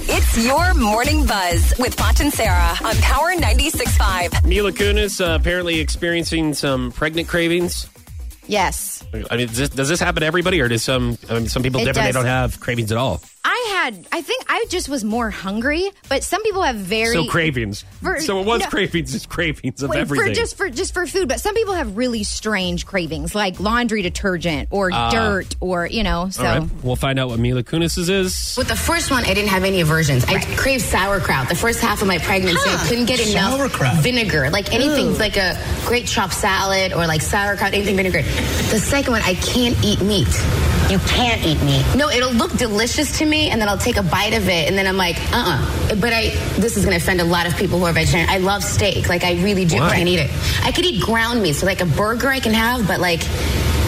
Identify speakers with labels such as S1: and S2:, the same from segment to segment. S1: It's your morning buzz with Foch and Sarah on Power 96.5.
S2: Mila Kunis uh, apparently experiencing some pregnant cravings.
S3: Yes.
S2: I mean, does this, does this happen to everybody, or does some I mean, some people
S3: It
S2: different? They
S3: does.
S2: don't have cravings at all.
S3: I had, I think I just was more hungry, but some people have very.
S2: so cravings.
S3: For-
S2: so it was
S3: no.
S2: cravings. It's cravings of
S3: Wait,
S2: everything.
S3: For just for just for food, but some people have really strange cravings, like laundry detergent or dirt, or you know. So
S2: Ah. all right, we'll find out what Mila Kunis's is.
S4: With the first one, I didn't have any aversions. I craved sauerkraut. The first half of my pregnancy, I couldn't get enough
S5: Sauerkraut.
S4: vinegar. Like anything, like a great chopped salad or like sauerkraut, anything vinegar. The second one, I can't eat meat.
S6: You can't eat meat.
S4: No, it'll look delicious to me, and then I'll take a bite of it, and then I'm like, uh, uh But I, this is gonna offend a lot of people who are vegetarian. I love steak, like I really do.
S2: Why?
S4: I can eat it. I could eat ground meat, so like a burger I can have, but like,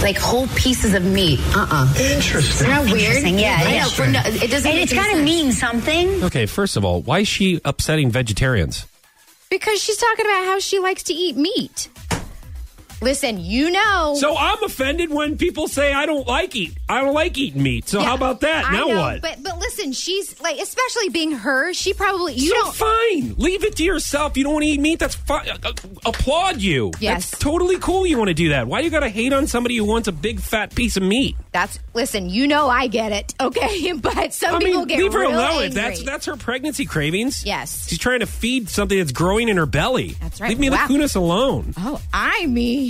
S4: like whole pieces of meat, uh, uh
S5: Interesting.
S4: Isn't that weird?
S6: Interesting, yeah,
S4: I
S6: yeah.
S4: know, but no, it doesn't.
S6: And
S4: make
S6: it's
S4: any
S6: got to
S4: sense.
S6: mean something.
S2: Okay, first of all, why is she upsetting vegetarians?
S3: because she's talking about how she likes to eat meat. Listen, you know.
S2: So I'm offended when people say I don't like eat. I don't like eating meat. So
S3: Yeah,
S2: how about that?
S3: I
S2: now
S3: know,
S2: what?
S3: But but listen, she's like, especially being her, she probably you
S2: so
S3: don't.
S2: fine. Leave it to yourself. You don't want to eat meat. That's fine. Uh, uh, applaud you.
S3: Yes.
S2: That's totally cool. You want to do that. Why you got to hate on somebody who wants a big fat piece of meat?
S3: That's listen, you know I get it, okay. But some
S2: I
S3: people
S2: mean,
S3: get
S2: leave her
S3: real
S2: alone.
S3: angry.
S2: That's that's her pregnancy cravings.
S3: Yes.
S2: She's trying to feed something that's growing in her belly.
S3: That's right.
S2: Leave me
S3: Wow.
S2: the Kunis alone.
S3: Oh, I mean,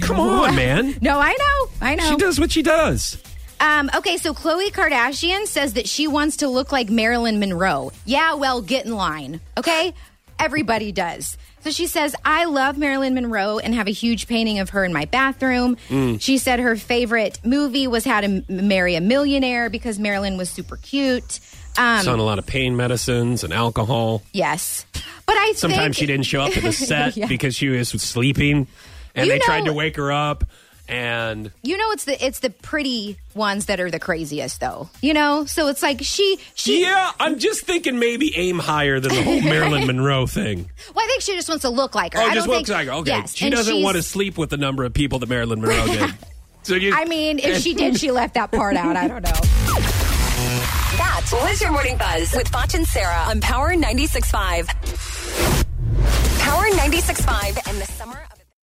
S2: Come on, man.
S3: No, I know, I know.
S2: She does what she does.
S3: Um, okay, so Khloe Kardashian says that she wants to look like Marilyn Monroe. Yeah, well, get in line, okay? Everybody does. So she says, I love Marilyn Monroe and have a huge painting of her in my bathroom.
S2: Mm.
S3: She said her favorite movie was How to M- Marry a Millionaire because Marilyn was super cute. Um,
S2: She's on a lot of pain medicines and alcohol.
S3: yes. But I
S2: Sometimes
S3: think,
S2: she didn't show up at the set
S3: Yeah.
S2: because she was sleeping, and
S3: You
S2: they tried
S3: know-
S2: to wake her up. And
S3: You know, it's the it's the pretty ones that are the craziest, though. You know, so it's like she she.
S2: yeah, I'm just thinking maybe aim higher than the whole Marilyn Monroe thing.
S3: Well, I think she just wants to look like her.
S2: Oh,
S3: I
S2: just
S3: don't
S2: looks
S3: think,
S2: like her. Okay,
S3: Yes,
S2: she
S3: and
S2: doesn't
S3: she's-
S2: want to sleep with the number of people that Marilyn Monroe did. So you,
S3: I mean, if she did, she left that part out. I don't know.
S1: That was your morning buzz with Foch and Sarah on Power 96.5. Power 96.5 and the summer of